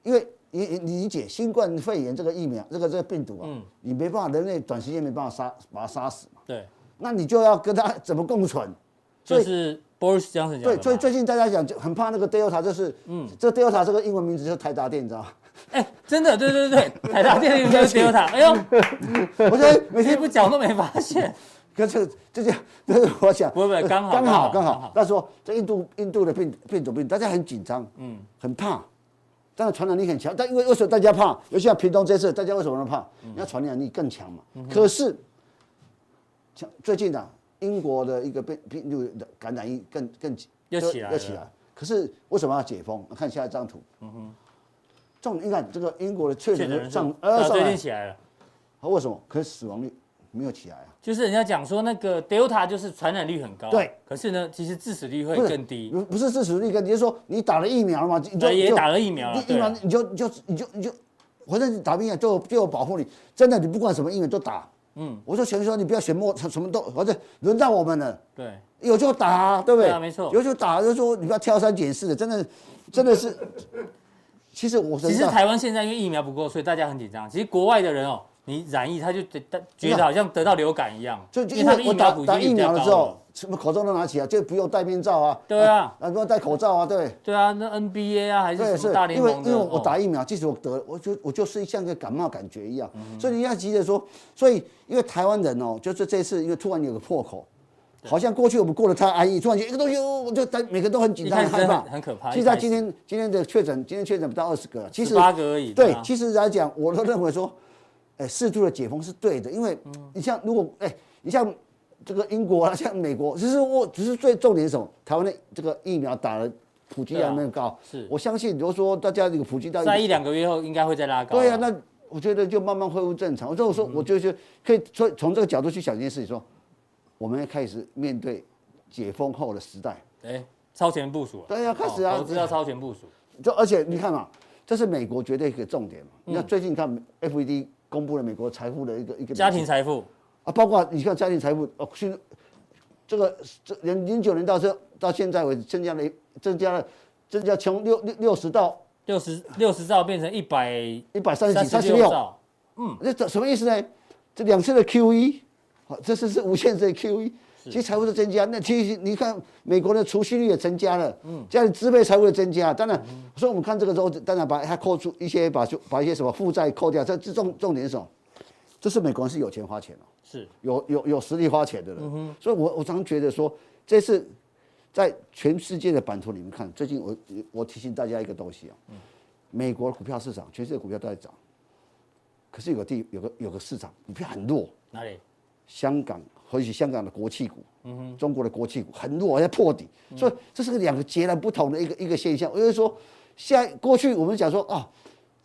Speaker 2: 因为你你你理解新冠肺炎这个疫苗，这个这个病毒啊，
Speaker 1: 嗯
Speaker 2: 你没办法，人类短时间没办法杀把它杀死嘛，
Speaker 1: 对，
Speaker 2: 那你就要跟它怎么共存？所
Speaker 1: 就
Speaker 2: 以
Speaker 1: 是 Boris Johnson 讲的
Speaker 2: 对，
Speaker 1: 嘛
Speaker 2: 所以最近大家讲就很怕那个 Delta，就是嗯，这个 Delta 这个英文名字就是台达电，你知道吗？
Speaker 1: 哎，真的，对对对，对台大电影就是 Delta，哎呦，
Speaker 2: 我觉得每
Speaker 1: 每
Speaker 2: 天
Speaker 1: 天不讲都没发现，
Speaker 2: 可是这就这是我想，呃
Speaker 1: 不会不会刚好
Speaker 2: 刚好
Speaker 1: 刚
Speaker 2: 刚
Speaker 1: 好
Speaker 2: 好。那时候这印度印度的变变种病，大家很紧张，嗯，很怕，但是传染力很强。但因为为什么大家怕？尤其像屏东这次，大家为什么能怕？人家传染力更强嘛。可是，像最近啊，英国的一个病病毒的感染力更更
Speaker 1: 又起来了
Speaker 2: 又起来。可是为什么要解封？看下一张图。嗯哼。重你看这个英国的确
Speaker 1: 确诊
Speaker 2: 诊
Speaker 1: 人数
Speaker 2: 上
Speaker 1: 对啊
Speaker 2: 呃上
Speaker 1: 最
Speaker 2: 来
Speaker 1: 近，起来了。
Speaker 2: 为什么？可是死亡率没有起来啊。
Speaker 1: 就是人家讲说那个 Delta 就是传染率很高，啊
Speaker 2: 对，
Speaker 1: 可是呢，其实致死率会
Speaker 2: 不是
Speaker 1: 更低，
Speaker 2: 不不是致死率更低，就是说你打了疫苗了嘛，你就
Speaker 1: 对也
Speaker 2: 你就
Speaker 1: 打了疫苗了
Speaker 2: 疫
Speaker 1: 对
Speaker 2: 苗
Speaker 1: 啊
Speaker 2: 你就你就你就你就，反正你打疫苗就有就有保护你，真的你不管什么疫苗都打。嗯，我说全说你不要选莫什么都，反正轮到我们了，
Speaker 1: 对，
Speaker 2: 有就打、啊，对不对？
Speaker 1: 对啊没错
Speaker 2: 有就打，就是说你不要挑三拣四的，真的真的是，其实我
Speaker 1: 其
Speaker 2: 知
Speaker 1: 实
Speaker 2: 道
Speaker 1: 台湾现在因为疫苗不够，所以大家很紧张。其实国外的人哦，你染疫他就得他觉得好像得到流感一样，
Speaker 2: 就就
Speaker 1: 因为
Speaker 2: 因
Speaker 1: 他们
Speaker 2: 为
Speaker 1: 疫
Speaker 2: 我
Speaker 1: 苗
Speaker 2: 打
Speaker 1: 普及
Speaker 2: 打
Speaker 1: 率
Speaker 2: 疫
Speaker 1: 比较
Speaker 2: 苗了
Speaker 1: 高啊
Speaker 2: 之后，什么口罩都拿起来，就不用戴面罩啊，
Speaker 1: 对啊
Speaker 2: 啊不用戴口罩啊，对。
Speaker 1: 对啊，那 NBA 啊还
Speaker 2: 对，
Speaker 1: 是什
Speaker 2: 是
Speaker 1: 么大联
Speaker 2: 因为
Speaker 1: 盟
Speaker 2: 因
Speaker 1: 的，哦
Speaker 2: 为我打
Speaker 1: 疫
Speaker 2: 疫苗，即使我得，我就我就是像个感冒感觉一样，
Speaker 1: 嗯
Speaker 2: 所以你要急着说，所以因为台湾人哦，就是这次因为突然有个破口，好像过去我们过得太安逸，突然间一个东西，哦我就大每个都很紧张、
Speaker 1: 一
Speaker 2: 很
Speaker 1: 开始
Speaker 2: 害怕，
Speaker 1: 很很可怕
Speaker 2: 其
Speaker 1: 一
Speaker 2: 实
Speaker 1: 开始
Speaker 2: 他今天今天的确诊，今天确诊不到二十个，其实
Speaker 1: 八个而已，
Speaker 2: 对
Speaker 1: 啊，
Speaker 2: 其实来讲，我都认为说，哎，适度的解封是对的，因为
Speaker 1: 嗯
Speaker 2: 你像如果哎，你像这个英国啊， 像美国，其实我只是最重点是什么，台湾的这个疫苗打了。普及率还没有高，
Speaker 1: 对啊是
Speaker 2: 我相信，如果说大家这个普及到
Speaker 1: 在一两个月后应该会再拉高。啊嗯
Speaker 2: 对呀、啊那我觉得就慢慢恢复正常。所以我说，我就是可以说从这个角度去想一件事情，说我们要开始面对解封后的时代。
Speaker 1: 哎，超前部署了，
Speaker 2: 对啊开始啊
Speaker 1: 哦投资要超前部署，
Speaker 2: 就而且你看嘛，这是美国绝对一个重点嘛。那
Speaker 1: 嗯
Speaker 2: 最近你看 FED E 公布了美国财富的一个一个
Speaker 1: 家庭财富
Speaker 2: 啊，包括你看家庭财富哦，去这个这零零九年到这到现在为止增加了一增加了增加从六六六十到
Speaker 1: 六十六十兆变成一百
Speaker 2: 一百三十几三十
Speaker 1: 六
Speaker 2: 六。
Speaker 1: 兆，
Speaker 2: 那这什么意思呢？这两次的 QE，好，这次是无限制的 QE，其实财富的增加。那其实你看美国的储蓄率也增加了，嗯，这样支配财富的增加。当然，所以我们看这个时候，当然把它扣除一些，把把一些什么负债扣掉。这这重重点是什么？这是美国人是有钱花钱哦，
Speaker 1: 是
Speaker 2: 有有有实力花钱的人。所以我我常觉得说，这次在全世界的版图里面看，最近我我提醒大家一个东西啊，美国股票市场，全世界股票都在涨，可是有个地有个有个市场股票很弱，
Speaker 1: 哪里？
Speaker 2: 香港或许香港的国企股，中国的国企股很弱，在破底，所以这是个两个截然不同的一个一个现象。因为说，现在过去我们讲说啊，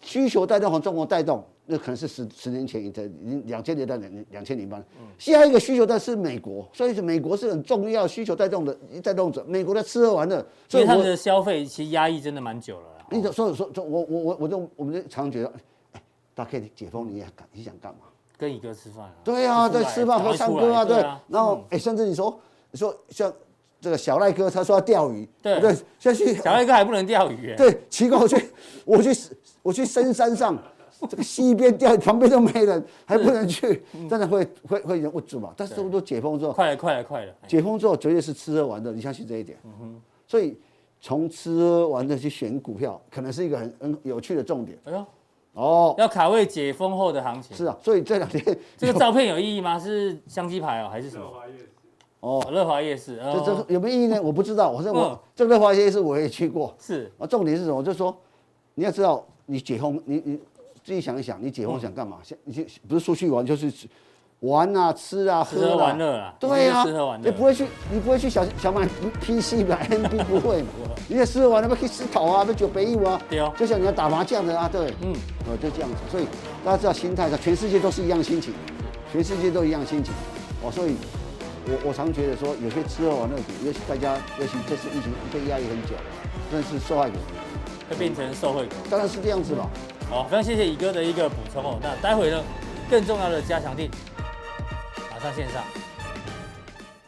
Speaker 2: 需求带动和中国带动，那可能是十十年前的两千年到两两千零八年。下一个需求带是美国，所以是美国是很重要需求带动的带动者，美国在吃喝玩乐，
Speaker 1: 其
Speaker 2: 所以
Speaker 1: 实他
Speaker 2: 我嗯
Speaker 1: 们的消费其实压抑真的蛮久了啦。
Speaker 2: 你所以说，说我我我我就我们就常觉得，哎，大家可以解封，你也干你想干嘛？
Speaker 1: 跟乙哥吃饭啊？
Speaker 2: 对啊，
Speaker 1: 出来嗯
Speaker 2: 对，吃饭喝唱歌啊，对。然后哎，甚至你说你说像这个小赖哥，他说要钓鱼，
Speaker 1: 对
Speaker 2: 对，下去
Speaker 1: 小黑哥还不能钓鱼耶，
Speaker 2: 对，奇怪，我去我去我去深山上。这个西边钓， 旁边都没人，还不能去，当然会会会有人误住嘛。但是都解封之后，
Speaker 1: 嗯快了，快了，快了！
Speaker 2: 解封之后绝对是吃喝玩乐，你相信这一点。
Speaker 1: 嗯
Speaker 2: 所以从吃喝玩乐去选股票，可能是一个很很有趣的重点。
Speaker 1: 哎呦，
Speaker 2: 哦，
Speaker 1: 要卡位解封后的行情。
Speaker 2: 是啊，所以这两天
Speaker 1: 这个照片有意义吗？是香鸡排哦，还是什么？
Speaker 2: 哦，
Speaker 1: 乐华夜市。哦
Speaker 2: 这这有没有意 义呢？我不知道。我说
Speaker 1: 嗯
Speaker 2: 我这个乐华街是我也去过
Speaker 1: 是
Speaker 2: 啊。重点是什么？就是说你要知道，
Speaker 1: 哦
Speaker 2: 你解封，你你自己想一想，你解封想干嘛？想你就不是出去玩，就是玩啊、吃啊、
Speaker 1: 吃喝
Speaker 2: 啊
Speaker 1: 玩乐啊
Speaker 2: 对啊，
Speaker 1: 就是吃喝玩乐
Speaker 2: 你不会去，你不会去小小买 PC 买 NB 不会嘛？你也吃喝玩乐，去吃头啊，去酒杯舞啊，
Speaker 1: 对哦
Speaker 2: 就像你要打麻将的啊，对，
Speaker 1: 嗯
Speaker 2: 嗯，哦，就这样子，所以大家知道心态上，全世界都是一样心情，全世界都一样心情，哦，所以我我常觉得说，有些吃喝玩乐族，尤其大家，尤其这次疫情被压抑很久，真的是受害者，
Speaker 1: 会变成受惠股。
Speaker 2: 当然是这样子了。
Speaker 1: 好，非常谢谢乙哥的一个补充哦。那待会呢，更重要的加强定马上线上。